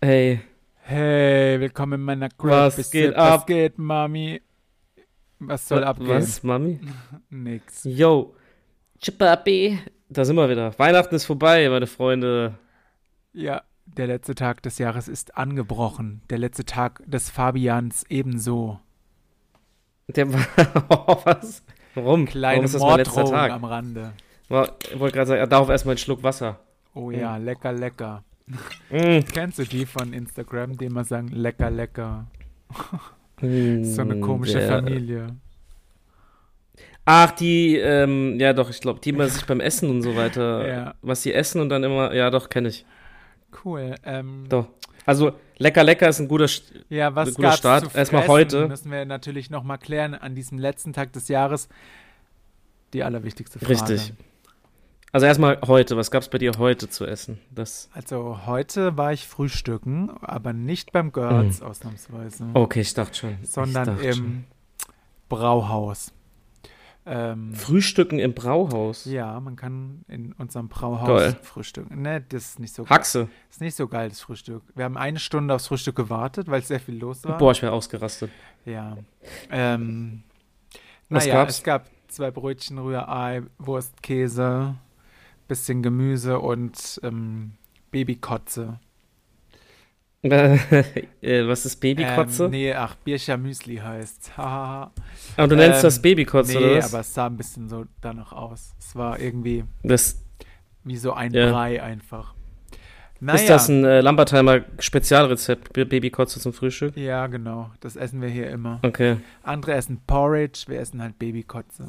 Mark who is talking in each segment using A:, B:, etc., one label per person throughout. A: Hey,
B: Hey, willkommen in meiner Crib.
A: Was
B: Bis
A: geht
B: jetzt- Was
A: ab?
B: geht, Mami? Was soll
A: wa-
B: abgehen?
A: was, Mami?
B: Nix.
A: Yo, Chippapi. Da sind wir wieder. Weihnachten ist vorbei, meine Freunde.
B: Ja, der letzte Tag des Jahres ist angebrochen. Der letzte Tag des Fabians ebenso.
A: Der war. Oh, was? Warum? Warum
B: Kleine
A: ist das mein letzter
B: Morddrohung
A: Tag?
B: am Rande.
A: War- Ich wollte gerade sagen, ja, darauf erstmal einen Schluck Wasser.
B: Oh ja, lecker, lecker.
A: Mm.
B: Kennst du die von Instagram, die immer sagen, lecker, lecker? So eine
A: Mm,
B: komische
A: der-
B: Familie.
A: Ach, die, ähm, ja doch, ich glaube, die immer sich beim Essen und so weiter,
B: Ja.
A: was sie essen und dann immer, ja doch, kenne ich.
B: Cool. Ähm,
A: Doch. Also, lecker, lecker ist ein guter, St
B: Ja, was
A: guter
B: gab's
A: Start.
B: zu
A: Erstmal
B: fressen,
A: heute.
B: müssen wir natürlich nochmal klären an diesem letzten Tag des Jahres. Die allerwichtigste Frage.
A: richtig. Also erstmal heute, was gab's bei dir heute zu essen? Das,
B: Also heute war ich frühstücken, aber nicht beim Görz ausnahmsweise,
A: okay, ich dachte schon. Hm. Oh, Ich
B: sondern
A: dachte
B: im
A: schon.
B: Brauhaus. Ähm,
A: Frühstücken im Brauhaus.
B: ja, man kann in unserem Brauhaus
A: Toll.
B: frühstücken. Ne, das ist nicht so
A: Haxe.
B: ist nicht so geil, das Frühstück. Wir haben eine Stunde aufs Frühstück gewartet, weil sehr viel los war.
A: Boah, ich wäre ausgerastet.
B: Ja. Ähm,
A: Was
B: naja,
A: gab's?
B: es gab zwei Brötchen, Rührei, Wurst, Käse, bisschen Gemüse und ähm, Babykotze.
A: Äh, was ist Babykotze?
B: Ähm, nee, ach, Bircher Müsli heißt. Hahaha.
A: Aber du nennst
B: ähm,
A: das Babykotze,
B: nee,
A: oder was?
B: aber es sah ein bisschen so danach aus. Es war irgendwie
A: das,
B: wie so ein
A: Ja.
B: Brei einfach. Naja.
A: Ist das ein äh, Lambertheimer Spezialrezept, B- Babykotze zum Frühstück?
B: ja, genau. Das essen wir hier immer.
A: Okay.
B: Andere essen Porridge, wir essen halt Babykotze.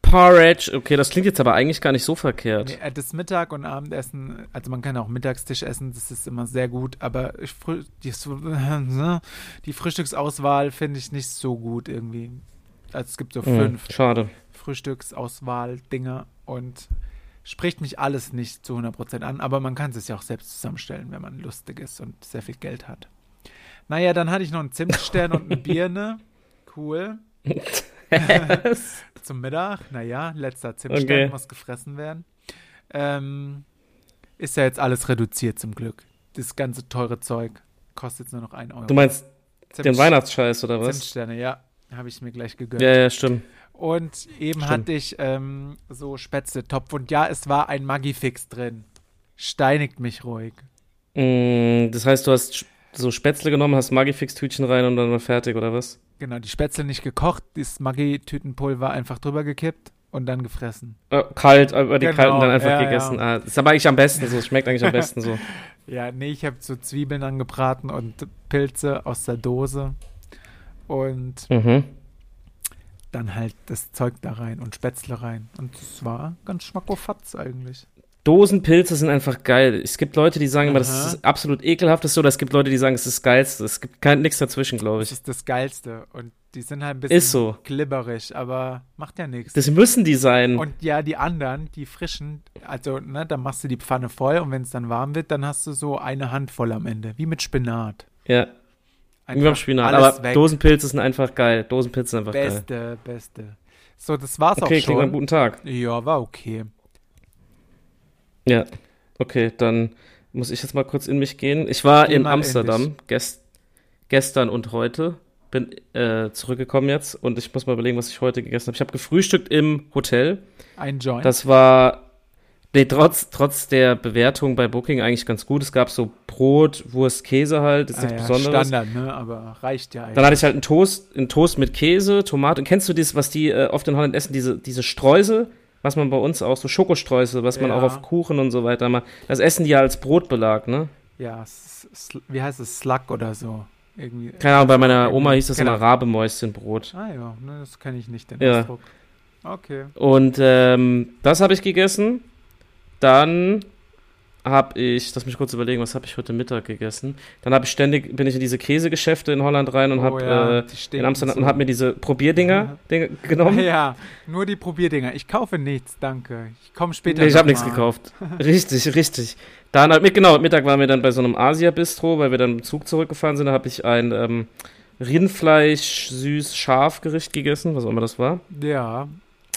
A: Porridge, okay, das klingt jetzt aber eigentlich gar nicht so verkehrt.
B: Nee, äh, das Mittag- und Abendessen, also man kann auch Mittagstisch essen, das ist immer sehr gut, aber ich frü die, die Frühstücksauswahl finde ich nicht so gut irgendwie. Also es gibt so
A: Hm,
B: fünf
A: schade.
B: Frühstücksauswahl-Dinger und spricht mich alles nicht zu 100% an, aber man kann es ja auch selbst zusammenstellen, wenn man lustig ist und sehr viel Geld hat. Naja, dann hatte ich noch einen Zimtstern und eine Birne. Cool. Zum Mittag, naja, letzter Zimtstern
A: Okay.
B: muss gefressen werden. Ähm, ist ja jetzt alles reduziert zum Glück. Das ganze teure Zeug kostet jetzt nur noch 1 Euro.
A: Du meinst den
B: Zimtst-
A: Weihnachtsscheiß oder was?
B: Zimtsterne, ja. Habe ich mir gleich gegönnt.
A: Ja, ja, stimmt.
B: Und eben
A: Stimmt.
B: hatte ich ähm, so Spätzle-Topf. Und ja, es war ein Magifix drin. Steinigt mich ruhig.
A: Mm, das heißt, du hast sch- so Spätzle genommen, hast Magifix-Tütchen rein und dann war fertig, oder was?
B: Genau, die Spätzle nicht gekocht, das Maggi-Tütenpulver einfach drüber gekippt und dann gefressen.
A: Äh, kalt, aber die
B: Genau,
A: kalten dann einfach
B: ja,
A: gegessen. Ah, ist aber eigentlich am besten so, schmeckt eigentlich am besten so.
B: Ja, nee, ich habe so Zwiebeln angebraten und Pilze aus der Dose. Und
A: Mhm.
B: dann halt das Zeug da rein und Spätzle rein. Und es war ganz schmackofatz eigentlich.
A: Dosenpilze sind einfach geil. Es gibt Leute, die sagen immer, das
B: Aha.
A: ist das absolut ekelhafteste, oder es gibt Leute, die sagen, es ist das geilste. Es gibt kein, nichts dazwischen, glaube
B: Das
A: ich.
B: ist das Geilste. Und die sind halt ein bisschen
A: Ist so.
B: glibberig, aber macht ja nichts.
A: Das müssen die sein.
B: Und ja, die anderen, die frischen, also, ne, dann machst du die Pfanne voll und wenn es dann warm wird, dann hast du so eine Handvoll am Ende, wie mit Spinat.
A: ja.
B: Einfach
A: Wie beim Spinat.
B: alles
A: Aber
B: weg.
A: Dosenpilze sind einfach geil. Dosenpilze sind einfach geil.
B: Beste, beste. So, das war's
A: Okay,
B: auch
A: klingt nach einem
B: schon.
A: guten Tag.
B: Ja, war okay.
A: Ja. Okay, dann muss ich jetzt mal kurz in mich gehen. Ich war
B: Geh
A: in
B: mal in
A: Amsterdam gest gestern und heute. Bin äh, zurückgekommen jetzt und ich muss mal überlegen, was ich heute gegessen habe. Ich habe gefrühstückt im Hotel.
B: Ein Joint.
A: Das war nee, trotz, trotz der Bewertung bei Booking eigentlich ganz gut. Es gab so Brot, Wurst, Käse halt. Ist
B: Ah
A: nichts
B: ja,
A: Besonderes.
B: Standard, ne, aber reicht ja
A: Dann
B: eigentlich.
A: hatte ich halt einen Toast, einen Toast mit Käse, Tomate. Und Kennst du das, was die äh, oft in Holland essen, diese, diese Streusel, was man bei uns auch, so Schokostreusel, was man
B: Ja.
A: auch auf Kuchen und so weiter macht. Das essen die ja als Brotbelag, ne?
B: Ja, s- s- wie heißt es, Slug oder so. Irgendwie.
A: Keine Ahnung, bei meiner Oma hieß das
B: Keine
A: immer Rabemäuschenbrot.
B: Ah ja, ne, das kenne ich nicht, den
A: Ja.
B: Ausdruck. Okay.
A: Und ähm, das habe ich gegessen. Dann habe ich, lass mich kurz überlegen, was habe ich heute Mittag gegessen? Dann habe ich ständig, bin ich in diese Käsegeschäfte in Holland rein und habe
B: Oh ja,
A: äh,
B: die
A: in
B: stinken
A: Amsterdam
B: so.
A: und habe mir diese Probierdinger Dinge, genommen.
B: Ja, nur die Probierdinger. Ich kaufe nichts, danke. Ich komme später.
A: Nee, ich habe
B: noch
A: nichts
B: mal.
A: gekauft. Richtig, richtig. Dann halt mit, genau, Mittag waren wir dann bei so einem Asia-Bistro, weil wir dann im Zug zurückgefahren sind. Da habe ich ein ähm, Rindfleisch-süß-scharf-Gericht gegessen, was auch immer das war.
B: Ja,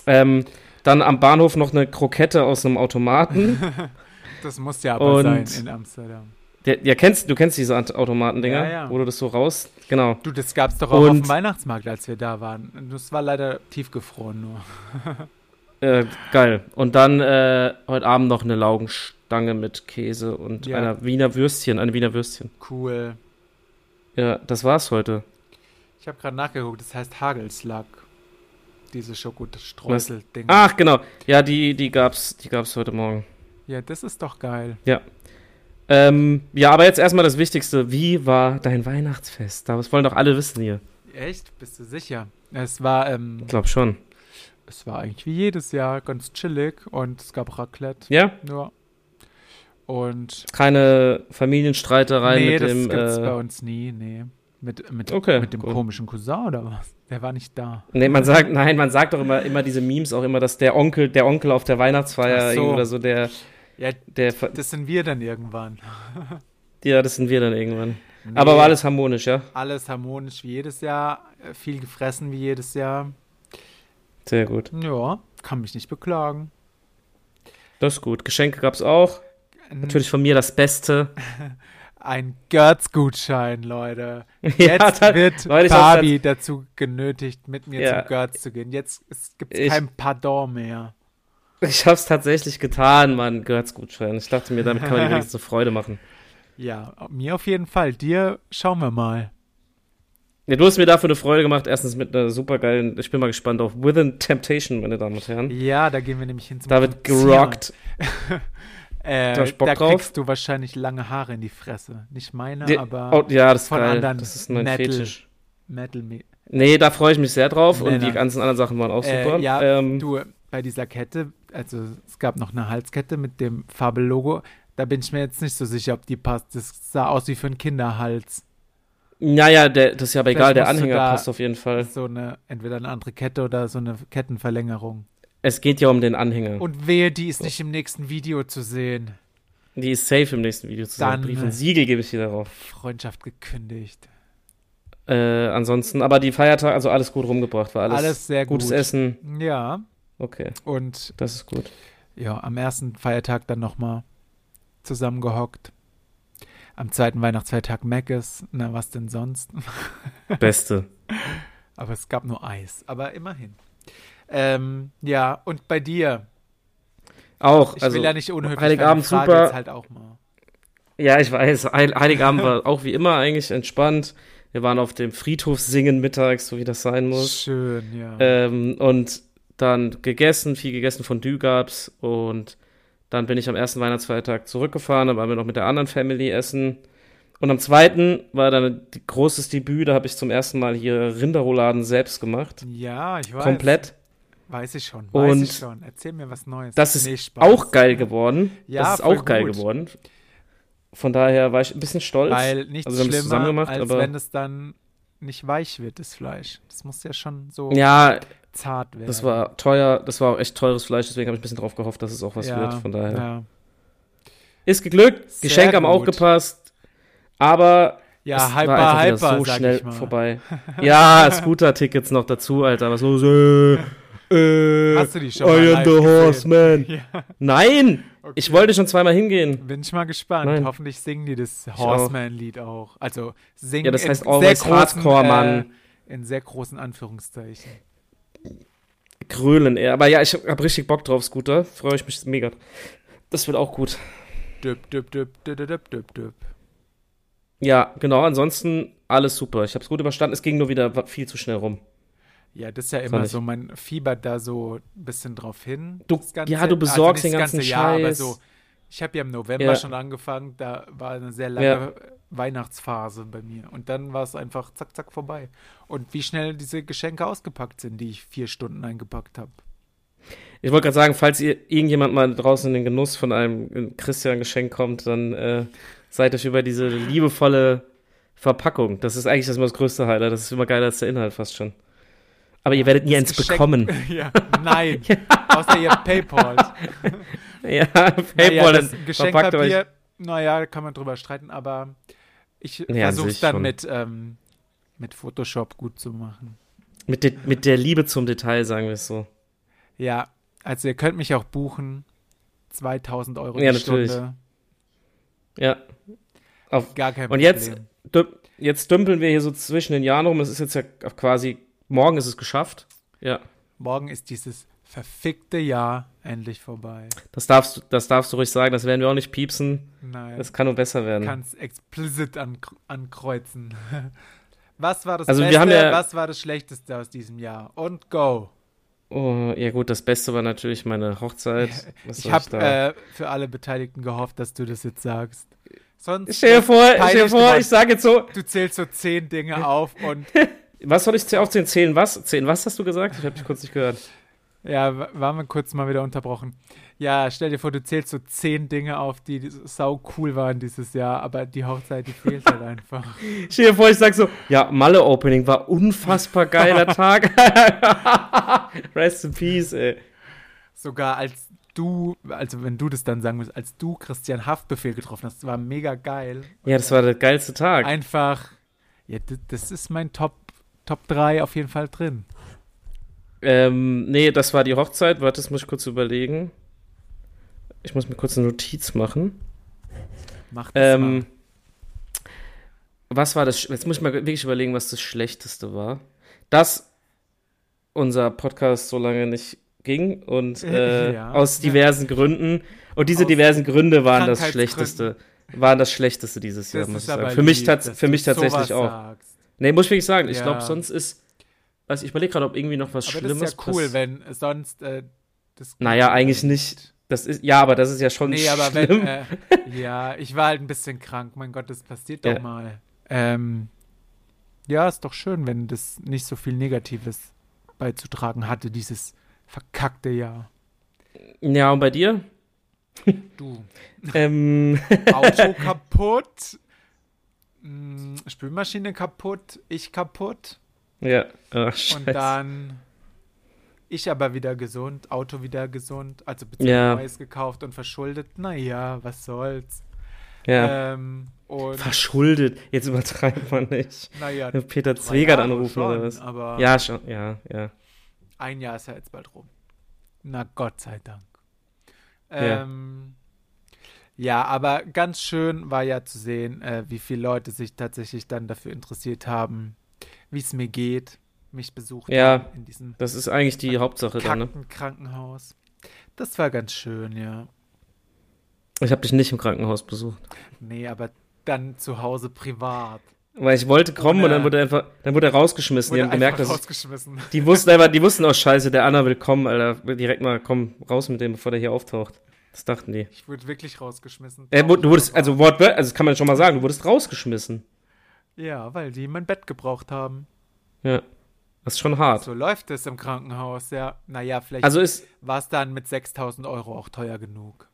A: Ähm, dann am Bahnhof noch eine Krokette aus einem Automaten.
B: das muss ja aber
A: Und-
B: sein in Amsterdam.
A: Der, ja, kennst, du kennst diese Ant- Automatendinger,
B: Ja, ja.
A: wo du das so raus. Genau.
B: Du, das gab's doch auch auf
A: Und-
B: dem Weihnachtsmarkt, als wir da waren. Das war leider tiefgefroren nur.
A: Äh, geil. Und dann äh, heute Abend noch eine Laugenstange mit Käse und
B: Ja.
A: einer Wiener Würstchen, eine Wiener Würstchen.
B: Cool.
A: Ja, das war's heute.
B: Ich habe gerade nachgeguckt, das heißt Hagelslug. Diese Schokostreusel-Dinger.
A: Ach, genau. Ja, die, die gab's, die gab's heute Morgen.
B: Ja, das ist doch geil.
A: Ähm, ja, aber jetzt erstmal das Wichtigste. Wie war dein Weihnachtsfest? Das wollen doch alle wissen hier.
B: Echt? Bist du sicher? Es war, ähm,
A: Ich glaube schon.
B: es war eigentlich wie jedes Jahr ganz chillig und es gab Raclette.
A: Ja?
B: Ja. Und
A: Keine Familienstreitereien
B: nee,
A: mit
B: das
A: dem.
B: gibt's bei
A: Äh,
B: uns nie, nee. Mit, mit,
A: Okay,
B: mit dem
A: gut.
B: komischen Cousin oder was? Der war nicht da.
A: nee, man sagt, nein, man sagt doch immer, immer diese Memes auch immer, dass der Onkel, der Onkel auf der Weihnachtsfeier
B: Ach so.
A: oder so, der,
B: Ja,
A: der, Ver-
B: das sind wir dann irgendwann.
A: ja, das sind wir dann irgendwann.
B: Nee,
A: Aber war alles harmonisch, ja?
B: alles harmonisch wie jedes Jahr, äh, viel gefressen wie jedes Jahr.
A: Sehr gut.
B: Ja, kann mich nicht beklagen.
A: Das ist gut. Geschenke gab's auch. Natürlich von mir das Beste.
B: Ein Götz-Gutschein, Leute.
A: Ja,
B: Jetzt
A: da-
B: wird
A: Leute, ich hab's
B: Fabi dazu genötigt, mit mir
A: Ja.
B: zum Götz zu gehen. Jetzt gibt es
A: Ich-
B: kein Pardon mehr.
A: Ich hab's tatsächlich getan, Mann. Gehört's gut schon. Ich dachte mir, damit kann man dir wenigstens eine Freude machen.
B: Ja, mir auf jeden Fall. Dir schauen wir mal.
A: Ja, du hast mir dafür eine Freude gemacht. Erstens mit einer super geilen, ich bin mal gespannt auf Within Temptation, meine Damen und Herren.
B: Ja, da gehen wir nämlich hin zum
A: Da wird
B: Produzieren.
A: gerockt. Da
B: Äh, da
A: hast du Bock drauf?
B: kriegst du wahrscheinlich lange Haare in die Fresse. Nicht meine,
A: Die-
B: aber
A: Oh, ja, das ist
B: von
A: geil.
B: anderen
A: Das ist ein
B: Metal-
A: Fetisch.
B: Metal Me.
A: Nee, da freue ich mich sehr drauf. Und die
B: Männern.
A: ganzen anderen Sachen waren auch
B: Äh,
A: super.
B: ja,
A: ähm,
B: Du, bei dieser Kette, also es gab noch eine Halskette mit dem Fabel-Logo. Da bin ich mir jetzt nicht so sicher, ob die passt. Das sah aus wie für einen Kinderhals.
A: naja, der, das ist ja aber egal.
B: Vielleicht
A: Der
B: musst du
A: Anhänger
B: da-
A: passt auf jeden Fall.
B: So eine, entweder eine andere Kette oder so eine Kettenverlängerung.
A: Es geht ja um den Anhänger.
B: Und wehe, die ist nicht im nächsten Video zu sehen.
A: die ist safe im nächsten Video zu sehen.
B: Dann- äh,
A: Brief und Siegel gebe ich dir darauf.
B: Freundschaft gekündigt.
A: Äh, ansonsten, aber die Feiertage, also alles gut rumgebracht, war alles,
B: Alles, sehr gut.
A: gutes Essen.
B: Ja,
A: Okay,
B: und
A: das ist gut.
B: ja, am ersten Feiertag dann nochmal zusammengehockt. Am zweiten Weihnachtsfeiertag Meckes. Na, was denn sonst?
A: Beste.
B: Aber es gab nur Eis. Aber immerhin. Ähm, ja, und bei dir.
A: Auch,
B: Ich
A: also,
B: will ja nicht unhöflich
A: Heiligabend
B: werden, ich frage
A: super.
B: Jetzt halt auch mal.
A: ja, ich weiß, Heil Heiligabend war auch wie immer eigentlich entspannt. Wir waren auf dem Friedhof singen mittags, so wie das sein muss.
B: Schön, ja.
A: Ähm, und dann gegessen, viel gegessen, Fondue gab's. Und dann bin ich am ersten Weihnachtsfeiertag zurückgefahren, dann waren wir noch mit der anderen Family essen. Und am zweiten war dann die- großes Debüt, da habe ich zum ersten Mal hier Rinderrouladen selbst gemacht.
B: ja, ich weiß.
A: Komplett.
B: Weiß ich schon, weiß
A: Und
B: ich schon. Erzähl mir was Neues.
A: Das ist
B: Nee, Spaß.
A: auch geil geworden.
B: Ja,
A: das ist
B: voll
A: auch geil
B: gut.
A: geworden. Von daher war ich ein bisschen stolz.
B: Weil nichts
A: Also wir haben es
B: schlimmer,
A: zusammen gemacht,
B: als
A: aber-
B: wenn es dann nicht weich wird, das Fleisch. Das muss ja schon so
A: ja,
B: zart werden.
A: das war teuer, das war auch echt teures Fleisch, deswegen habe ich ein bisschen drauf gehofft, dass es auch was
B: ja,
A: wird. Von daher.
B: Ja,
A: Ist geglückt,
B: Sehr
A: Geschenke haben auch
B: gut.
A: gepasst, aber
B: ja
A: es
B: hyper,
A: war einfach wieder
B: hyper,
A: so
B: sag
A: schnell
B: ich mal.
A: vorbei. Ja, Scooter-Tickets noch dazu, Alter, was los? Äh, äh,
B: Hast du die schon
A: I
B: mal
A: am
B: live
A: the
B: gesehen?
A: Horseman.
B: Ja,
A: Nein, ich
B: Okay.
A: wollte schon zweimal hingehen.
B: bin ich mal gespannt.
A: Nein.
B: Hoffentlich singen die das Horseman-Lied auch. Also singen
A: Ja, das heißt
B: in
A: Always
B: sehr großen,
A: Hardcore,
B: äh,
A: Mann.
B: In sehr großen Anführungszeichen.
A: Grölen eher. Aber ja, ich habe richtig Bock drauf, Scooter. Freue ich mich mega. Das wird auch gut.
B: Düpp, düpp, düpp, düpp, düpp, düpp, düpp.
A: Ja, genau. Ansonsten alles super. Ich habe es gut überstanden. Es ging nur wieder wa- viel zu schnell rum.
B: Ja, das ist ja
A: Soll
B: immer
A: ich?
B: so, man fiebert da so ein bisschen drauf hin.
A: Du-
B: das ganze, Also
A: ja, du besorgst
B: nicht
A: den
B: das
A: ganzen
B: ganze Jahr, aber
A: Scheiß.
B: so, ich habe ja im November
A: Ja.
B: schon angefangen, da war eine sehr lange
A: Ja.
B: Weihnachtsphase bei mir. Und dann war es einfach zack, zack vorbei. Und wie schnell diese Geschenke ausgepackt sind, die ich vier Stunden eingepackt habe.
A: Ich wollte gerade sagen, falls ihr irgendjemand mal draußen in den Genuss von einem Christian-Geschenk kommt, dann äh, seid euch über diese liebevolle Verpackung. Das ist eigentlich das immer das größte Highlight. Das ist immer geiler als der Inhalt fast schon. Aber ihr werdet nie
B: Das
A: eins
B: Geschenk-
A: bekommen.
B: ja, nein. Außer ihr Paypal.
A: ja,
B: naja,
A: Paypal,
B: das
A: dann verpackt euch.
B: Geschenkpapier, naja, kann man drüber streiten, aber ich
A: Nee, an
B: versuche es
A: sich
B: dann
A: schon.
B: mit, ähm, mit Photoshop gut zu machen.
A: Mit, de mit der Liebe zum Detail, sagen wir es so.
B: Ja, also ihr könnt mich auch buchen. 2000 Euro
A: Ja,
B: die
A: natürlich.
B: Stunde.
A: Ja, Auf,
B: Gar kein
A: und
B: Problem.
A: jetzt, dü jetzt dümpeln wir hier so zwischen den Jahren rum. Es ist jetzt ja quasi, morgen ist es geschafft. Ja,
B: Morgen ist dieses verfickte Jahr endlich vorbei.
A: das darfst, du- das darfst du ruhig sagen. Das werden wir auch nicht piepsen.
B: Nein.
A: Das kann nur besser werden.
B: kannst explicit an, ankreuzen. Was war das
A: Also wir
B: Beste,
A: haben ja-
B: was war das Schlechteste aus diesem Jahr? Und go.
A: Oh, ja gut, das Beste war natürlich meine Hochzeit. Was
B: Ich
A: soll
B: habe
A: da-
B: äh, für alle Beteiligten gehofft, dass du das jetzt sagst. Sonst,
A: Stell dir vor, stell dir
B: peinlich
A: vor
B: geworden.
A: ich sage jetzt so,
B: du zählst so zehn Dinge auf und
A: was soll ich aufzählen? Zehn was? Zehn was hast du gesagt? Ich habe dich kurz nicht gehört.
B: ja, w- waren wir kurz mal wieder unterbrochen. Ja, stell dir vor, du zählst so zehn Dinge auf, die, die sau cool waren dieses Jahr, aber die Hochzeit, die fehlt halt einfach.
A: Stell dir vor, ich sag so, ja, Malle-Opening war unfassbar geiler Tag. Rest in peace, ey.
B: Sogar als du, also wenn du das dann sagen musst, als du Christian Haftbefehl getroffen hast, war mega geil.
A: Ja, das war der geilste Tag.
B: einfach, ja, d- das ist mein Top, Top 3 auf jeden Fall drin.
A: Ähm, nee, das war die Hochzeit. Warte, das muss ich kurz überlegen. Ich muss mir kurz eine Notiz machen.
B: Macht das
A: Ähm, was war das? Sch- Jetzt muss ich mal wirklich überlegen, was das Schlechteste war. Dass unser Podcast so lange nicht ging und äh,
B: Ja.
A: aus diversen Gründen. Und diese
B: Aus
A: diversen Gründe waren das
B: Krankheitsgründen.
A: Schlechteste. Waren das Schlechteste dieses
B: mal.
A: Jahr,
B: Das
A: Äh, muss
B: ist
A: ich sagen.
B: aber
A: Für mich,
B: lieb,
A: tats
B: dass
A: für
B: du
A: mich tatsächlich
B: sowas
A: auch.
B: Sagst.
A: Nee, muss ich wirklich sagen. Ich
B: Ja.
A: glaube, sonst ist. Also ich überlege gerade, ob irgendwie noch was
B: Aber
A: Schlimmes
B: das ist ja cool,
A: pass-
B: wenn sonst äh, das.
A: Naja, eigentlich nicht. Das ist, ja, aber das ist ja schon
B: Nee, aber
A: schlimm.
B: wenn. Äh, ja, ich war halt ein bisschen krank. Mein Gott, das passiert
A: Ja.
B: doch mal. Ähm, ja, ist doch schön, wenn das nicht so viel Negatives beizutragen hatte, dieses verkackte Jahr.
A: ja, und bei dir?
B: Du.
A: ähm,
B: Auto kaputt. Mm, Spülmaschine kaputt. Ich kaputt.
A: ja, ach, scheiße.
B: Und dann ich aber wieder gesund, Auto wieder gesund, also
A: Ja.
B: beziehungsweise neues gekauft und verschuldet. Naja, was soll's.
A: ja.
B: Ähm, und
A: Äh, Verschuldet. Jetzt übertreibt man nicht.
B: naja,
A: Peter
B: drei
A: Zwegert
B: Jahre
A: anrufen oder
B: schon,
A: was?
B: Aber
A: Ja, schon. Ja, ja.
B: ein Jahr ist ja jetzt bald rum. Na Gott sei Dank.
A: Ja.
B: Ähm, ja. aber ganz schön war ja zu sehen, äh, wie viele Leute sich tatsächlich dann dafür interessiert haben, wie es mir geht, mich besucht
A: Ja.
B: haben in diesem
A: Das ist eigentlich die Hauptsache dann, ne?
B: Kackten Krankenhaus. Das war ganz schön, ja.
A: Ich habe dich nicht im Krankenhaus besucht.
B: Nee, aber dann zu Hause privat.
A: Weil ich wollte kommen und dann wurde er einfach, dann Äh. wurde er rausgeschmissen. die
B: Wurde
A: haben gemerkt,
B: einfach
A: dass ich,
B: rausgeschmissen.
A: die wussten einfach, die wussten auch Scheiße, der Anna will kommen, Alter. Direkt mal komm, raus mit dem, bevor der hier auftaucht. Das dachten die.
B: Ich wurde wirklich rausgeschmissen.
A: Äh, du wurdest, also wortwörtlich, also das kann man schon mal sagen, du wurdest rausgeschmissen.
B: Ja, weil die mein Bett gebraucht haben.
A: Ja. Das ist schon hart.
B: So läuft es im Krankenhaus, ja. Naja, vielleicht
A: Also ist,
B: war es dann mit 6000 Euro auch teuer genug.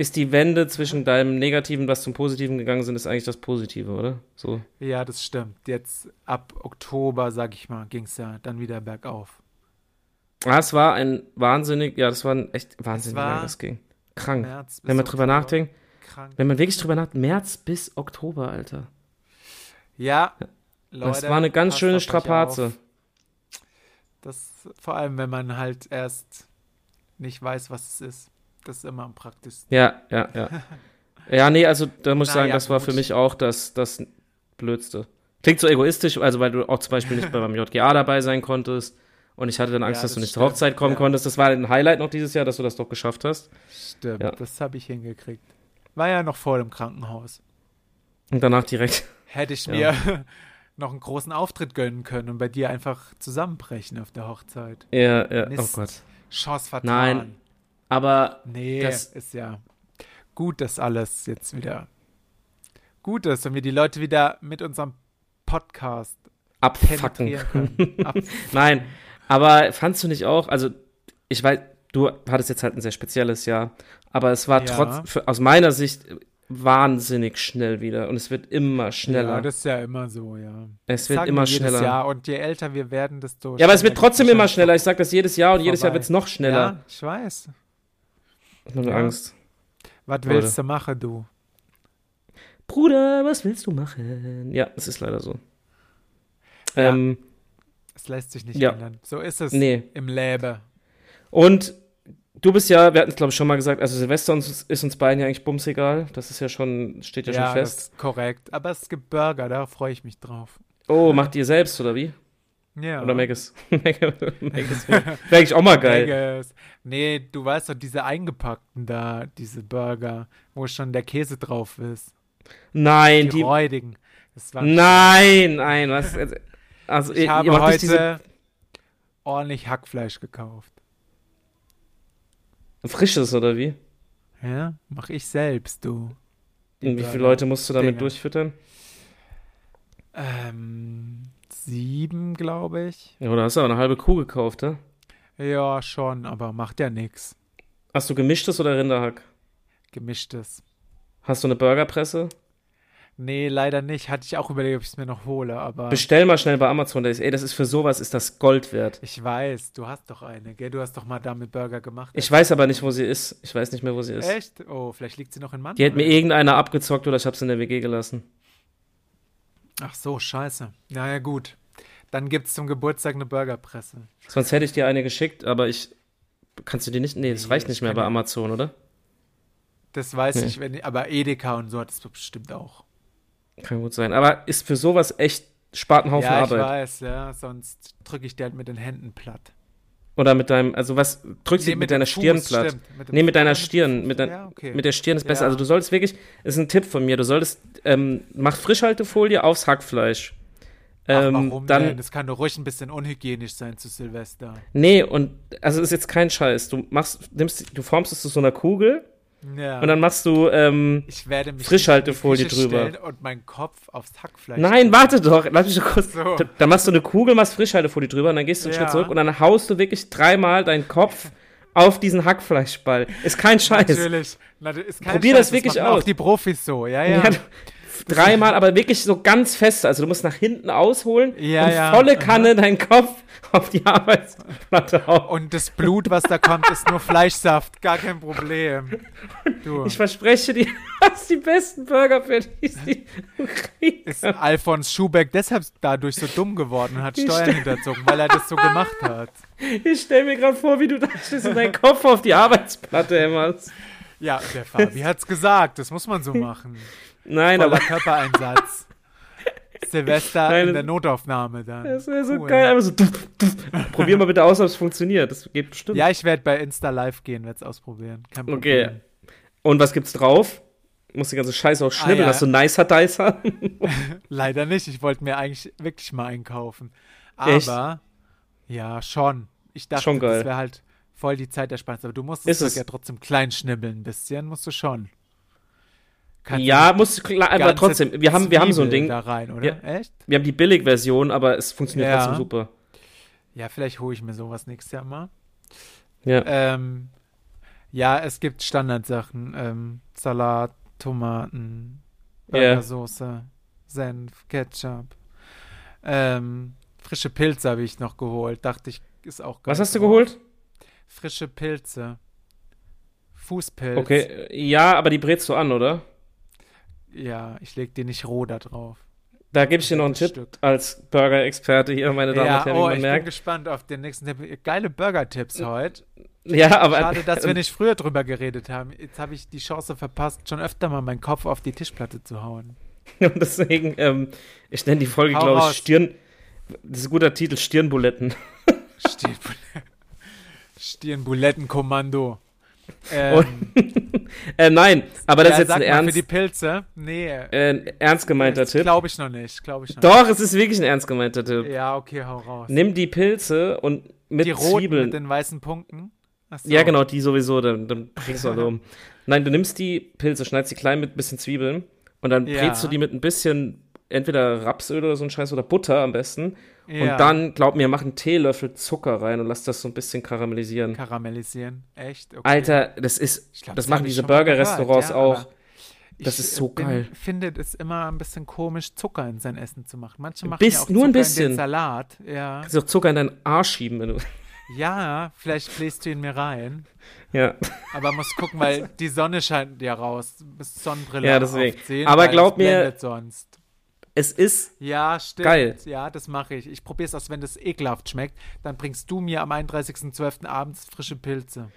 A: ist die Wende zwischen deinem Negativen, was zum Positiven gegangen sind, ist eigentlich das Positive, oder? So.
B: Ja, das stimmt. Jetzt ab Oktober, sag ich mal, ging es ja dann wieder bergauf.
A: Ja, Ah, es war ein wahnsinnig, ja, das war ein echt wahnsinnig,
B: war
A: lang das ging. Krank.
B: März bis
A: wenn man drüber
B: Oktober.
A: nachdenkt,
B: Krank.
A: wenn man wirklich drüber nachdenkt, März bis Oktober, Alter.
B: Ja, Leute.
A: das war eine ganz
B: passt
A: schöne
B: auf euch auf.
A: Strapaze.
B: Das, vor allem, wenn man halt erst nicht weiß, was es ist. Das ist immer am praktischsten.
A: Ja, ja, ja. ja, nee, also da muss ich
B: Na
A: sagen,
B: ja,
A: das war
B: gut.
A: für mich auch das, das Blödste. Klingt so egoistisch, also weil du auch zum Beispiel nicht bei meinem JGA dabei sein konntest. Und ich hatte dann Angst,
B: Ja,
A: dass du
B: das
A: nicht zur Hochzeit
B: stimmt,
A: kommen
B: ja.
A: konntest. Das war ein Highlight noch dieses Jahr, dass du das doch geschafft hast.
B: Stimmt,
A: Ja.
B: das habe ich hingekriegt. War ja noch vor dem Krankenhaus.
A: Und danach direkt.
B: Hätte ich
A: Ja.
B: mir noch einen großen Auftritt gönnen können und bei dir einfach zusammenbrechen auf der Hochzeit.
A: Ja, ja,
B: Mist.
A: oh Gott.
B: Chance vertan.
A: Nein. Aber
B: Nee,
A: Das-
B: ist ja gut, dass alles jetzt wieder gut ist und wir die Leute wieder mit unserem Podcast
A: abfacken.
B: penetrieren können. Ab
A: Nein, aber fandst du nicht auch, also ich weiß, du hattest jetzt halt ein sehr spezielles Jahr, aber es war
B: Ja.
A: trotz, für, aus meiner Sicht wahnsinnig schnell wieder und es wird immer schneller.
B: Ja, das ist ja immer so, ja.
A: es wird
B: Sagen
A: immer
B: wir jedes
A: schneller.
B: Jahr und je älter wir werden, desto
A: Ja, aber es wird
B: schneller
A: trotzdem
B: geht's
A: immer
B: wahrscheinlich.
A: schneller. Ich sag das jedes Jahr und jedes Jahr
B: Vorbei.
A: wird's noch schneller.
B: Ja, ich weiß.
A: Ich hab nur
B: Ja.
A: Angst.
B: Was willst du machen, du?
A: Bruder, was willst du machen? Ja, es ist leider so.
B: Ja.
A: Ähm,
B: Es lässt sich nicht
A: Ja.
B: ändern. So ist es
A: nee.
B: im Leben.
A: Und Du bist ja, wir hatten es glaube ich schon mal gesagt, also Silvester uns, ist uns beiden ja eigentlich bums egal. Das ist ja schon, steht ja, schon
B: das
A: fest.
B: ist korrekt. Aber es gibt Burger, da freue ich mich drauf.
A: Oh, macht ihr selbst oder wie?
B: Ja.
A: Oder Megas? Megas wäre eigentlich auch mal Ah, geil.
B: Vegas. Nee, du weißt doch, diese eingepackten da, diese Burger, wo schon der Käse drauf ist.
A: Nein,
B: Die,
A: die.
B: räudigen. Das war,
A: Nein, nein, was? Also, also
B: ich
A: ihr,
B: habe
A: ihr macht
B: heute
A: nicht diese
B: ordentlich Hackfleisch gekauft.
A: Frisches oder wie?
B: Ja, mach ich selbst, du.
A: Und wie
B: Burger.
A: viele Leute musst du damit
B: Dinger.
A: durchfüttern?
B: Ähm, sieben, glaube ich.
A: Ja, oder hast du aber eine halbe Kuh gekauft, ne?
B: Ja, schon, aber macht ja nichts.
A: Hast du gemischtes oder Rinderhack?
B: Gemischtes.
A: Hast du eine Burgerpresse?
B: Nee, leider nicht. Hatte ich auch überlegt, ob ich es mir noch hole, aber
A: Bestell mal schnell bei Amazon. Da ist, ey, das ist für sowas ist das Gold wert.
B: ich weiß, du hast doch eine, gell? Du hast doch mal damit Burger gemacht.
A: Ich weiß aber nicht, wo sie ist. Ich weiß nicht mehr, wo sie ist.
B: Echt? Oh, vielleicht liegt sie noch in Mann.
A: Die hat mir irgendeiner abgezockt oder ich hab's in der WG gelassen. eh-
B: Ach so, scheiße. Naja, gut. Dann gibt's zum Geburtstag eine Burgerpresse.
A: Sonst hätte ich dir eine geschickt, aber ich. Kannst du die nicht. Nee, das
B: Nee,
A: reicht
B: ich
A: nicht mehr
B: kann
A: bei
B: ja-
A: Amazon, oder?
B: Das weiß
A: Nee.
B: ich, wenn ich, aber Edeka und so hat es bestimmt auch.
A: Kann gut sein. Aber ist für sowas echt. Spart einen Haufen
B: ja, ich
A: Arbeit.
B: weiß, ja, sonst drücke ich dir halt mit den Händen platt.
A: Oder mit deinem. Also, was. Drückst du
B: Nee,
A: mit,
B: mit dem
A: deiner
B: Fuß,
A: Stirn platt?
B: stimmt. Mit dem
A: nee, mit deiner
B: Fuß.
A: Stirn. Mit, dein,
B: Ja, okay.
A: mit der Stirn ist besser.
B: Ja.
A: Also, du sollst wirklich. Das ist ein Tipp von mir. Du solltest. Ähm, mach Frischhaltefolie aufs Hackfleisch.
B: Ach,
A: Ähm,
B: warum
A: dann,
B: denn? Das kann doch ruhig ein bisschen unhygienisch sein zu Silvester.
A: Nee, und also ist jetzt kein Scheiß. Du machst, nimmst, du formst es zu so einer Kugel
B: Ja.
A: und dann machst du. Ähm,
B: ich werde mich
A: Frischhaltefolie
B: in die Küche
A: drüber.
B: stellen und meinen Kopf aufs Hackfleisch.
A: nein, warte doch, lass mich doch kurz.
B: So.
A: Da- Dann machst du eine Kugel, machst Frischhaltefolie drüber und dann gehst du einen
B: Ja.
A: Schritt zurück und dann haust du wirklich dreimal deinen Kopf auf diesen Hackfleischball. Ist kein Scheiß.
B: Natürlich. Na, das ist kein
A: Probier das
B: Scheiß,
A: wirklich
B: machen Auch
A: aus.
B: die Profis so, ja, ja.
A: Ja. du- dreimal, aber wirklich so ganz fest. Also du musst nach hinten ausholen
B: Ja,
A: und
B: ja.
A: volle
B: Aha.
A: Kanne deinen Kopf auf die Arbeitsplatte hauen.
B: Und das Blut, was da kommt, ist nur Fleischsaft. Gar kein Problem. Du,
A: Ich verspreche dir, du hast die besten Burger für dich, die du kriegst.
B: ist Alfons Schubeck deshalb dadurch so dumm geworden und hat
A: Die
B: Steuern
A: Ste-
B: hinterzogen, weil er das so gemacht hat.
A: Ich stell mir gerade vor, wie du da stehst und deinen Kopf auf die Arbeitsplatte hämmerst.
B: Ja, der Fabi hat's gesagt. Das muss man so machen.
A: Nein,
B: Voller
A: aber
B: Körpereinsatz. Silvester
A: Genau. Nein,
B: in
A: das-
B: der Notaufnahme dann.
A: das wäre so
B: Cool.
A: geil. Einfach so. Tuff, tuff. Probier mal bitte aus, ob es funktioniert. Das geht bestimmt.
B: Ja, ich werde bei Insta live gehen, werde es ausprobieren. Kein Problem.
A: Okay. Und was gibt's drauf? Muss die ganze Scheiße auch schnibbeln.
B: Ah, ja.
A: Hast du Nicer Dicer?
B: Leider nicht. Ich wollte mir eigentlich wirklich mal einkaufen.
A: Echt?
B: Aber ja, schon. Ich dachte,
A: Schon geil.
B: das wäre halt voll die Zeit der Spaß. Aber du musst
A: Ist
B: es
A: es.
B: ja trotzdem klein schnibbeln ein bisschen, musst du schon. Kannst
A: ja, muss klar,
B: du
A: aber
B: ganze
A: trotzdem. Wir haben, wir haben so ein
B: Zwiebel
A: Ding.
B: Da rein, oder?
A: Ja.
B: Echt?
A: Wir haben die Billig-Version, aber es funktioniert
B: Ja.
A: trotzdem super.
B: Ja, vielleicht hole ich mir sowas nächstes Jahr mal.
A: Ja.
B: Ähm, ja, es gibt Standardsachen. Ähm, Salat, Tomaten, Äh,
A: Ja.
B: Burgersoße, Senf, Ketchup. Ähm, frische Pilze habe ich noch geholt. Dachte ich, ist auch geil.
A: was hast du geholt?
B: Frische Pilze. Fußpilz.
A: Okay. Ja, aber die brätst du an, oder?
B: Ja, ich lege die nicht roh da drauf.
A: Da gebe ich dir noch einen
B: Das
A: Tipp
B: Stück.
A: als Burger-Experte hier, meine Damen
B: Ja,
A: und Herren,
B: oh,
A: wie man
B: ich bin
A: merkt.
B: gespannt auf den nächsten Tipp. Geile
A: Äh,
B: Burger-Tipps heute.
A: Ja, aber
B: Schade, dass wir nicht früher drüber geredet haben. Jetzt habe ich die Chance verpasst, schon öfter mal meinen Kopf auf die Tischplatte zu hauen.
A: Und deswegen, ähm, ich nenne die Folge,
B: Hau
A: glaube ich,
B: raus.
A: Stirn. Das ist ein guter Titel, Stirnbuletten.
B: Stirnbul- Stirnbulettenkommando. Ähm,
A: Äh, nein, aber das
B: ja,
A: ist jetzt
B: sag
A: ein
B: mal, Für
A: ernst,
B: die Pilze? Nee.
A: äh, ein ernst gemeinter Tipp.
B: Glaube ich noch nicht. Glaube ich noch
A: Doch, es ist wirklich ein ernst gemeinter Tipp.
B: nicht. Ja, okay, hau raus.
A: Nimm die Pilze und mit
B: die roten
A: Zwiebeln.
B: mit den weißen Punkten. Ach so.
A: ja, genau, die sowieso, dann, dann bringst du alle um. Nein, du nimmst die Pilze, schneidest die klein mit ein bisschen Zwiebeln und dann
B: Ja.
A: brätst du die mit ein bisschen entweder Rapsöl oder so ein Scheiß oder Butter am besten.
B: Ja.
A: Und dann, glaub mir, mach einen Teelöffel Zucker rein und lass das so ein bisschen karamellisieren.
B: Karamellisieren. Echt? Okay.
A: Alter, das ist,
B: Ich glaub,
A: das
B: hab
A: machen
B: ich
A: diese
B: schon mal
A: Burger-Restaurants
B: gehört, ja,
A: auch.
B: aber
A: Das
B: ich,
A: ist so
B: äh, bin,
A: geil.
B: finde es immer ein bisschen komisch, Zucker in sein Essen zu machen. Manche machen
A: Biss-
B: ja auch
A: nur ein
B: Zucker in
A: bisschen.
B: den Salat. Ja.
A: Kannst du auch Zucker in deinen Arsch schieben, wenn du.
B: ja, vielleicht bläst du ihn mir rein.
A: Ja,
B: Aber muss gucken, weil die Sonne scheint ja raus. Bis Sonnenbrille
A: Ja, deswegen.
B: aufziehen,
A: Aber
B: weil
A: glaub
B: es
A: mir-
B: blendet sonst.
A: es ist.
B: Ja, stimmt.
A: Geil.
B: Ja, das mache ich. Ich probiere es aus, wenn das ekelhaft schmeckt. Dann bringst du mir am 31.12. abends frische Pilze.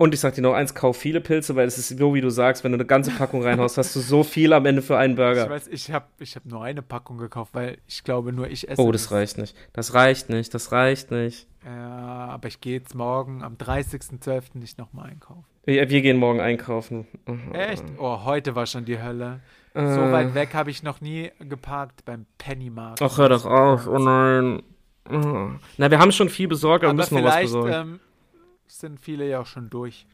A: Und ich sag dir noch eins, kauf viele Pilze, weil es ist so, wie du sagst, wenn du eine ganze Packung reinhaust, hast du so viel am Ende für einen
B: Ich
A: Burger.
B: weiß, ich habe ich hab nur eine Packung gekauft, weil ich glaube, nur ich esse.
A: Oh, das reicht nicht. Das reicht nicht, das reicht nicht.
B: Ja, aber ich gehe jetzt morgen am 30.12. nicht nochmal einkaufen.
A: Wir, wir gehen morgen einkaufen.
B: Echt? Oh, heute war schon die Hölle.
A: Äh.
B: So weit weg habe ich noch nie geparkt beim Pennymarkt.
A: Ach, hör doch auf, oh nein. Oh. Na, wir haben schon viel besorgt, aber,
B: Aber
A: Genau, müssen noch was
B: vielleicht
A: besorgen.
B: ähm, sind viele ja auch schon durch.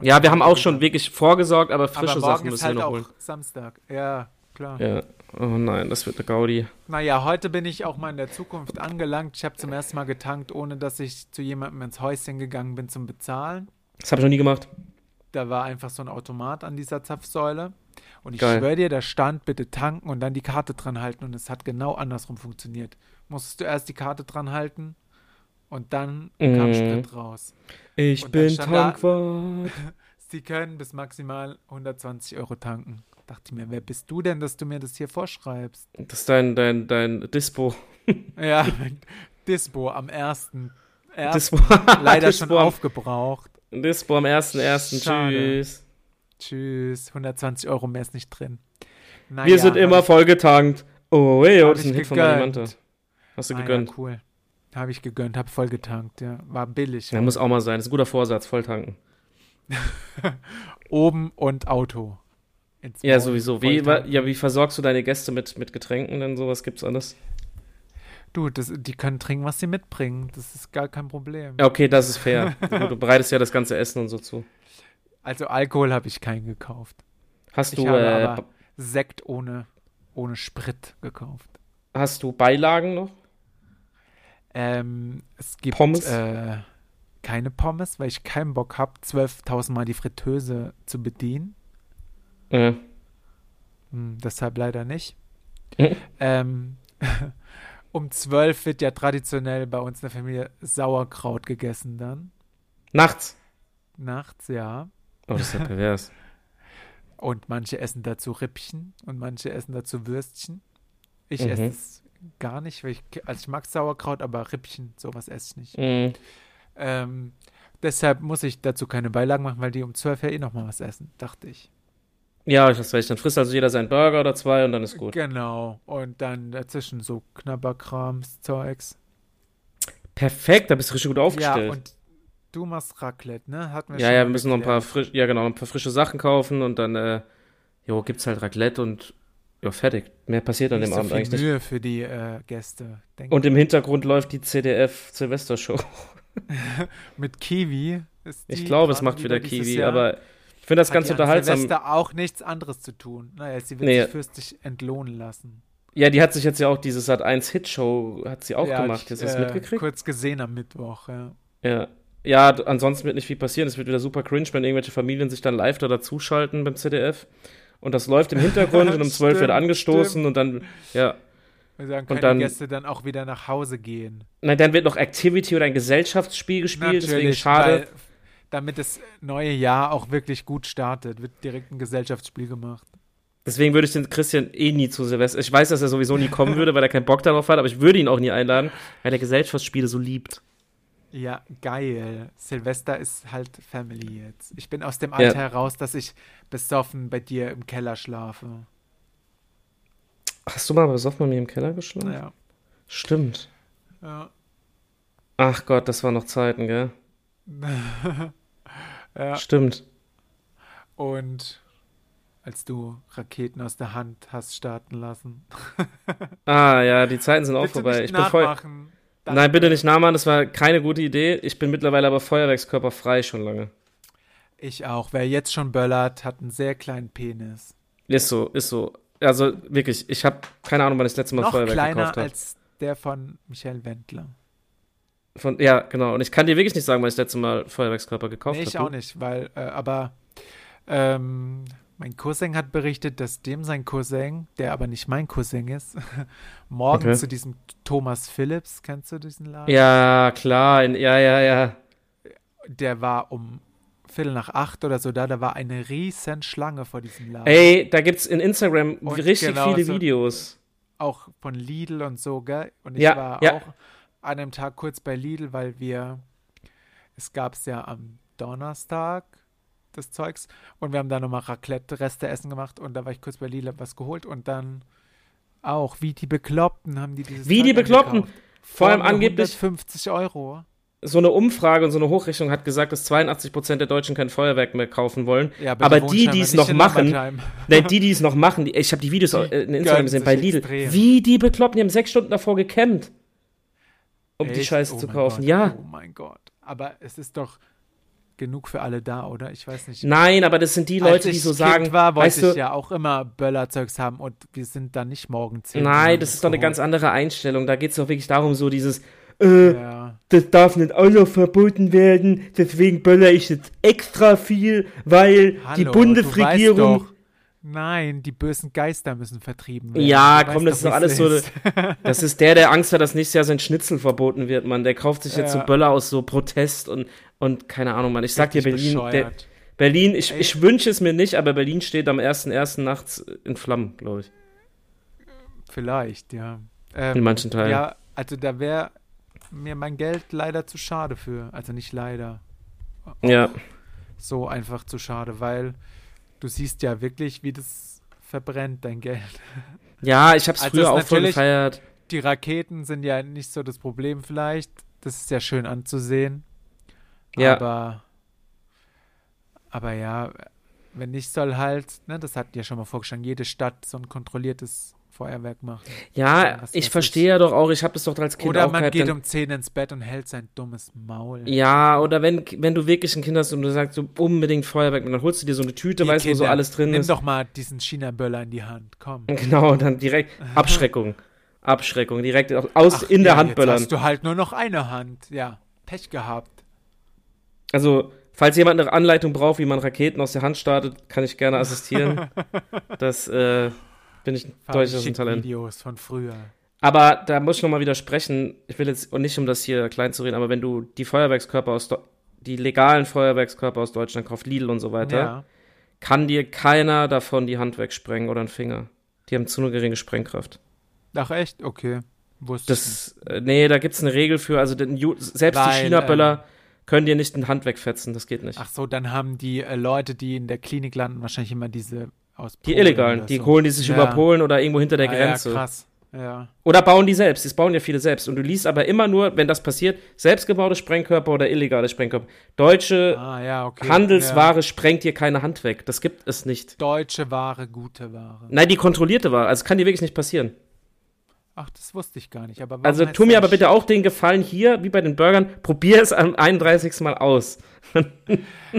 A: ja, wir haben auch schon wirklich vorgesorgt, aber frische
B: aber morgen
A: Sachen
B: ist
A: müssen
B: halt
A: wir noch
B: auch
A: holen.
B: Samstag. Ja, klar.
A: Ja. Oh nein, das wird eine Gaudi.
B: Naja, heute bin ich auch mal in der Zukunft angelangt. Ich habe zum ersten Mal getankt, ohne dass ich zu jemandem ins Häuschen gegangen bin zum Bezahlen.
A: Das habe ich noch nie gemacht.
B: Da war einfach so ein Automat an dieser Zapfsäule. Und ich
A: Geil.
B: schwöre dir, da stand bitte tanken und dann die Karte dran halten. Und es hat genau andersrum funktioniert. Musstest du erst die Karte dran halten und dann kam
A: Mhm.
B: Sprit raus.
A: Ich
B: Und dann
A: bin
B: stand da-
A: Tankwart.
B: Sie können bis maximal 120 Euro tanken. Dachte ich mir, wer bist du denn, dass du mir das hier vorschreibst?
A: Das ist dein, dein, dein Dispo.
B: Ja, Dispo am ersten.
A: Dispo.
B: ersten leider
A: Dispo
B: schon
A: am-
B: aufgebraucht.
A: Dispo am 1.1.
B: Schade.
A: Tschüss.
B: Tschüss, 120 Euro mehr ist nicht drin. Naja,
A: Wir sind immer vollgetankt. Oh, ey, oh, das ist ein
B: ich
A: Hit von Manny
B: gegönnt.
A: Manta. Hast du
B: ah,
A: gegönnt.
B: Ja, cool. Habe ich gegönnt, habe voll getankt, ja. War billig.
A: Ja, muss auch mal sein. Das ist ein guter Vorsatz, volltanken.
B: Oben und Auto. Ins
A: Ja,
B: Maul,
A: sowieso.
B: voll
A: Wie, wa-
B: tanken.
A: ja, wie versorgst du deine Gäste mit, mit Getränken denn sowas? Gibt's alles?
B: Du, das, die können trinken, was sie mitbringen. Das ist gar kein Problem.
A: Ja, okay, das ist fair. du, du bereitest ja das ganze Essen und so zu.
B: Also Alkohol habe ich keinen gekauft.
A: Hast du,
B: ich habe
A: äh,
B: aber Sekt ohne, ohne Sprit gekauft.
A: hast du Beilagen noch?
B: Ähm, es gibt
A: Pommes?
B: Äh, keine Pommes, weil ich keinen Bock habe, 12.000 Mal die Fritteuse zu bedienen.
A: Äh,
B: Hm, deshalb leider nicht.
A: Mhm.
B: ähm, um 12 wird ja traditionell bei uns in der Familie Sauerkraut gegessen dann.
A: nachts.
B: Nachts, ja.
A: Oh, das ist ja pervers.
B: Und manche essen dazu Rippchen und manche essen dazu Würstchen. Ich
A: Mhm.
B: esse es gar nicht, weil ich, also ich mag Sauerkraut, aber Rippchen, sowas esse ich nicht.
A: mm.
B: Ähm, deshalb muss ich dazu keine Beilagen machen, weil die um 12 ja eh nochmal was essen, dachte ich.
A: Ja, das weiß ich. Dann frisst also jeder seinen Burger oder zwei und dann ist gut.
B: Genau. Und dann dazwischen so Knabberkrams, Zeugs.
A: Perfekt, da bist du richtig gut
B: Ja,
A: aufgestellt.
B: und du machst Raclette, ne? Hat mir
A: Ja, ja,
B: schon
A: wir müssen noch ein paar
B: geklärt.
A: frisch, ja genau, ein paar frische Sachen kaufen und dann, äh, jo, gibt's halt Raclette und ja, fertig. Mehr passiert an
B: Nicht
A: dem
B: so
A: Abend
B: viel
A: eigentlich nicht.
B: Mühe für die äh, Gäste. Denke
A: Und im Hintergrund läuft die CDF Silvestershow.
B: mit Kiwi ist
A: Ich
B: die
A: glaube, es
B: gerade
A: macht wieder
B: dieses
A: Kiwi,
B: Jahr.
A: aber ich finde das
B: Hat
A: ganz
B: die an
A: unterhaltsam.
B: Silvester auch nichts anderes zu tun. Naja, sie wird
A: Nee.
B: sich fürstlich entlohnen lassen.
A: Ja, die hat sich jetzt ja auch diese Sat 1 Hitshow hat sie auch
B: ja,
A: gemacht. Hast du das
B: äh,
A: mitgekriegt?
B: Kurz gesehen am Mittwoch, ja.
A: Ja. Ja, d- ansonsten wird nicht viel passieren. Es wird wieder super cringe, wenn irgendwelche Familien sich dann live da dazuschalten beim CDF. Und das läuft im Hintergrund und um 12 wird
B: Stimmt,
A: angestoßen
B: stimmt.
A: und dann, ja.
B: Und dann können
A: dann-
B: die Gäste dann auch wieder nach Hause gehen.
A: Nein, dann wird noch Activity oder ein Gesellschaftsspiel gespielt, deswegen
B: Natürlich,
A: schade.
B: Weil, damit das neue Jahr auch wirklich gut startet, wird direkt ein Gesellschaftsspiel gemacht.
A: Deswegen würde ich den Christian eh nie zu Silvester. Ich weiß, dass er sowieso nie kommen würde, weil er keinen Bock darauf hat, aber ich würde ihn auch nie einladen, weil er Gesellschaftsspiele so liebt.
B: Ja, geil. Silvester ist halt Family jetzt. Ich bin aus dem Alter heraus, dass ich besoffen bei dir im Keller schlafe.
A: Hast du mal besoffen bei mir im Keller geschlafen?
B: Ja.
A: Stimmt.
B: Ja.
A: Ach Gott, das waren noch Zeiten, gell?
B: Ja.
A: Stimmt.
B: Und als du Raketen aus der Hand hast starten lassen.
A: Ah ja, die Zeiten sind auch
B: Willst du
A: vorbei.
B: nicht
A: Ich bin voll.
B: nachmachen? Dann-
A: Nein, bitte nicht nachmachen, das war keine gute Idee. Ich bin mittlerweile aber Feuerwerkskörper frei schon lange.
B: Ich auch. Wer jetzt schon böllert, hat einen sehr kleinen Penis.
A: Ist so, ist so. Also wirklich, ich habe keine Ahnung, wann ich das letzte Mal
B: Noch
A: Feuerwerk
B: kleiner
A: gekauft habe.
B: als der von Michael Wendler.
A: Von, ja, genau. Und ich kann dir wirklich nicht sagen, wann ich das letzte Mal Feuerwerkskörper gekauft
B: Nee, ich
A: habe.
B: auch nicht, weil, äh, aber ähm, mein Cousin hat berichtet, dass dem sein Cousin, der aber nicht mein Cousin ist, morgen
A: Okay.
B: zu diesem Thomas Phillips, kennst du diesen Laden?
A: Ja, klar. In, ja, ja, ja.
B: Der war um Viertel nach acht oder so da, da war eine riesen Schlange vor diesem Laden.
A: Ey, da gibt's in Instagram
B: Und
A: richtig
B: genau
A: viele
B: so-
A: Videos.
B: Auch von Lidl und so, gell? Und ich
A: Ja,
B: war
A: ja.
B: auch an einem Tag kurz bei Lidl, weil wir, es gab es ja am Donnerstag des Zeugs und wir haben da nochmal Raclette-Reste essen gemacht und da war ich kurz bei Lila was geholt und dann auch, wie die Bekloppten haben die dieses
A: Wie
B: Zeug
A: die Bekloppten.
B: eingekauft.
A: Vor allem
B: Für
A: angeblich
B: 150 Euro.
A: so eine Umfrage und so eine Hochrechnung hat gesagt, dass 82% der Deutschen kein Feuerwerk mehr kaufen wollen.
B: Ja,
A: aber
B: wohnen
A: die, die
B: scheinbar
A: es
B: nicht
A: noch
B: in
A: machen,
B: Lambertheim.
A: Nee, die, die es noch machen, die, ich habe die Videos
B: Die
A: auch, äh, in
B: gönnen
A: Instagram gesehen,
B: sich
A: bei Lidl.
B: extrem.
A: Wie die Bekloppten, die haben sechs Stunden davor gecampt, um die
B: Echt?
A: Scheiße
B: Oh
A: zu
B: mein
A: kaufen.
B: Gott.
A: Ja.
B: Oh mein Gott. Aber es ist doch genug für alle da, oder? Ich weiß nicht.
A: Nein, aber das sind die
B: Als
A: Leute,
B: ich
A: die so
B: Kind
A: sagen,
B: war, wollte
A: weißt du,
B: ich ja auch immer Böllerzeugs haben und wir sind dann nicht morgen 10.
A: nein, das ist doch eine ganz andere Einstellung. Da geht es doch wirklich darum, so dieses, äh,
B: Ja.
A: das darf nicht auch noch verboten werden, deswegen böller ich jetzt extra viel, weil die
B: Hallo, Du
A: Bundesregierung.
B: weißt doch, nein, die bösen Geister müssen vertrieben werden.
A: Ja,
B: Du
A: komm, das ist
B: weißt
A: doch alles so.
B: wie es
A: Das ist der, der Angst hat, dass nächstes Jahr sein Schnitzel verboten wird, Mann. Der kauft sich jetzt
B: Ja.
A: so Böller aus so Protest und, und keine Ahnung, Mann. Ich sag dir,
B: Richtig
A: Berlin, der,
B: bescheuert.
A: Berlin, ich,
B: Ey.
A: ich wünsche es mir nicht, aber Berlin steht am 1.1. nachts in Flammen, glaube ich.
B: Vielleicht, ja. Ähm,
A: In manchen Teilen.
B: Ja, also da wäre mir mein Geld leider zu schade für. Also nicht leider.
A: Ja.
B: so einfach zu schade, weil du siehst ja wirklich, wie das verbrennt, dein Geld.
A: Ja, ich hab's
B: Also
A: früher
B: ist
A: auch voll
B: natürlich-
A: gefeiert.
B: Die Raketen sind ja nicht so das Problem vielleicht. Das ist ja schön anzusehen.
A: Ja.
B: Aber, aber ja, wenn nicht, soll halt, ne, das hatten wir schon mal vorgeschlagen, jede Stadt so ein kontrolliertes Feuerwerk machen.
A: Ja,
B: was weiß
A: ich
B: ich.
A: verstehe ja doch auch, ich hab das doch als Kind
B: Oder
A: auch
B: man
A: gehabt.
B: geht
A: Genau, dann-
B: um 10 ins Bett und hält sein dummes Maul.
A: ja, oder wenn, wenn du wirklich ein Kind hast und du sagst, du unbedingt Feuerwerk, dann holst du dir so eine Tüte,
B: Die
A: weißt du, wo so
B: Kinder,
A: alles drin
B: Nimm
A: ist.
B: doch mal diesen China-Böller in die Hand, komm.
A: Genau, dann direkt Abschreckung. Abschreckung, direkt aus, aus in der
B: ja,
A: Hand
B: jetzt
A: böllern.
B: hast du halt nur noch eine Hand. Ja, Pech gehabt.
A: Also, falls jemand eine Anleitung braucht, wie man Raketen aus der Hand startet, kann ich gerne assistieren. das äh, bin ich
B: Fabi
A: durchaus ein
B: schickt
A: Talent.
B: Videos von früher.
A: Aber da muss ich nochmal widersprechen. Ich will jetzt und nicht, um das hier klein zu reden, aber wenn du die Feuerwerkskörper aus Deu- die legalen Feuerwerkskörper aus Deutschland kaufst, Lidl und so weiter,
B: Ja.
A: kann dir keiner davon die Hand wegsprengen oder einen Finger. Die haben zu eine geringe Sprengkraft.
B: Ach echt? Okay. Wusste ich
A: Das, äh, nee, da gibt's eine Regel für. Also den Ju selbst die
B: Weil,
A: China-Böller können dir nicht eine Hand wegfetzen. Das geht nicht.
B: nicht. Ach so, dann haben die äh, Leute, die in der Klinik landen, wahrscheinlich immer diese aus
A: die
B: Polen
A: Illegalen,
B: oder
A: die
B: so.
A: holen die sich
B: Ja.
A: über Polen oder irgendwo hinter der
B: ah,
A: Grenze.
B: Ja, krass. Ja.
A: Oder bauen die selbst. Das bauen ja viele selbst. Und du liest aber immer nur, wenn das passiert, selbstgebaute Sprengkörper oder illegale Sprengkörper. Deutsche
B: Ah, ja, okay. Ja.
A: Handelsware sprengt dir keine Hand weg. Das gibt es nicht.
B: Deutsche Ware, gute Ware.
A: Nein, die kontrollierte Ware. Also kann dir wirklich nicht passieren.
B: Ach, das wusste ich gar nicht. Aber warum
A: Also
B: heißt
A: tu mir
B: das
A: aber bitte auch den Gefallen hier, wie bei den Burgern, probier es am 31. Mal aus.
B: Sch-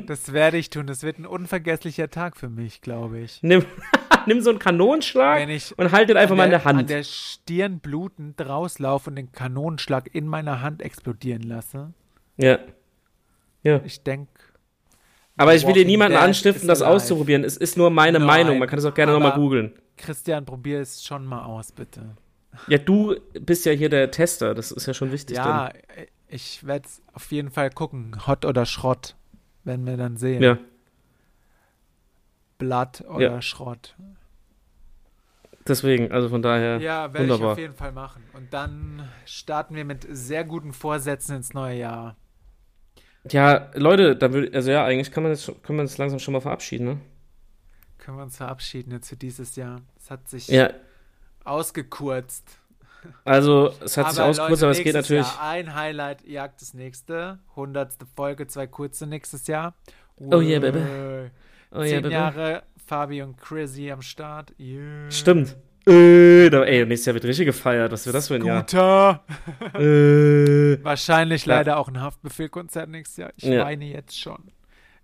B: Das werde ich tun. Das wird ein unvergesslicher Tag für mich, glaube ich.
A: Nimm, nimm so einen Kanonenschlag
B: Wenn ich
A: und halt den einfach
B: an
A: mal in
B: der-
A: der Hand.
B: an der Stirn blutend rauslaufe und den Kanonenschlag in meiner Hand explodieren lasse.
A: ja.
B: Ich denke,
A: Aber ich will dir
B: Walking
A: niemanden
B: Dead
A: anstiften,
B: is
A: das
B: alive.
A: auszuprobieren. Es ist nur meine
B: Nein,
A: Meinung. Man kann es auch gerne nochmal
B: aber-
A: googeln.
B: Christian, probier es schon mal aus, bitte.
A: Ja, du bist ja hier der Tester. Das ist ja schon wichtig.
B: ja, äh, ich werde es auf jeden Fall gucken. Hot oder Schrott, werden wir dann sehen.
A: Dann. ja.
B: Blatt oder
A: Ja.
B: Schrott.
A: Deswegen, also von daher.
B: Ja,
A: ich
B: werde ich
A: wunderbar.
B: auf
A: auf
B: jeden Fall machen. Und dann starten wir mit sehr guten Vorsätzen ins neue Jahr.
A: Ja, Leute, dann würde also ja, eigentlich kann man jetzt schon- können wir uns langsam schon mal verabschieden, ne?
B: Können wir uns verabschieden jetzt für dieses Jahr? Es hat sich
A: Ja,
B: ausgekurzt.
A: also es hat sich ausgekürzt, aber es geht
B: nächstes
A: natürlich.
B: Jahr ein Highlight jagt das nächste. Hundertste Folge, zwei kurze nächstes Jahr.
A: Oh yeah, baby.
B: Uäh.
A: Oh, ja,
B: Zehn
A: bitte.
B: Jahre Fabi und Chrissy am Start. Yeah.
A: Stimmt. Äh, da, ey, nächstes Jahr wird richtig gefeiert. Was wird das für ein Jahr?
B: Guter.
A: Äh,
B: Wahrscheinlich
A: Ja.
B: leider auch ein Haftbefehlkonzert nächstes Jahr. Ich
A: Ja.
B: weine jetzt schon.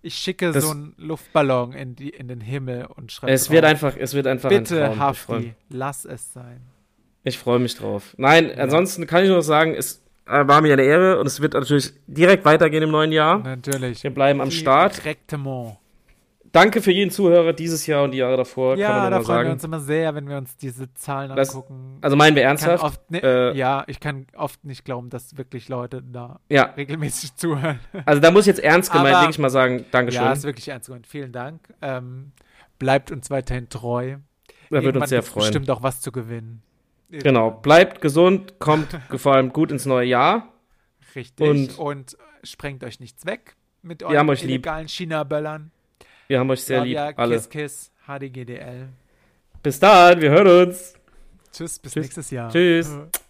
B: Ich schicke
A: Das-
B: so einen Luftballon in, die, in den Himmel und schreibe
A: es wird einfach, es wird einfach ein
B: Bitte,
A: Traum. Ich freu-
B: Hafti, lass es sein.
A: Ich freue mich drauf. Nein, ansonsten kann ich nur sagen, es äh, war mir eine Ehre und es wird natürlich direkt weitergehen im neuen Jahr.
B: Natürlich.
A: Wir bleiben am Start.
B: Direktement.
A: Danke für jeden Zuhörer dieses Jahr und die Jahre davor. kann
B: Ja,
A: man nur
B: da
A: mal
B: freuen
A: sagen.
B: wir uns immer sehr, wenn wir uns diese Zahlen
A: Das-
B: angucken.
A: Also meinen wir
B: Ich kann
A: ernsthaft?
B: oft, ne,
A: äh,
B: ja, ich kann oft nicht glauben, dass wirklich Leute da
A: Ja,
B: regelmäßig zuhören.
A: also da muss ich jetzt ernst gemeint
B: Aber-
A: wirklich mal sagen, Dankeschön.
B: Ja, ist wirklich ernst gemeint. Vielen Dank. Ähm, bleibt uns weiterhin treu.
A: da würde
B: Irgendwann
A: uns sehr
B: gibt's
A: freuen.
B: bestimmt auch was zu gewinnen.
A: Genau, bleibt gesund, kommt vor allem gut ins neue Jahr.
B: Richtig.
A: Und-
B: Und, sprengt euch nichts weg. Mit
A: haben euch lieb.
B: illegalen China-Böllern.
A: Wir haben euch sehr lieb,
B: Claudia,
A: alle.
B: Kiss, Kiss, HDGDL.
A: Bis dann, wir hören uns.
B: Tschüss, bis
A: Tschüss.
B: nächstes Jahr.
A: Tschüss.
B: Äh.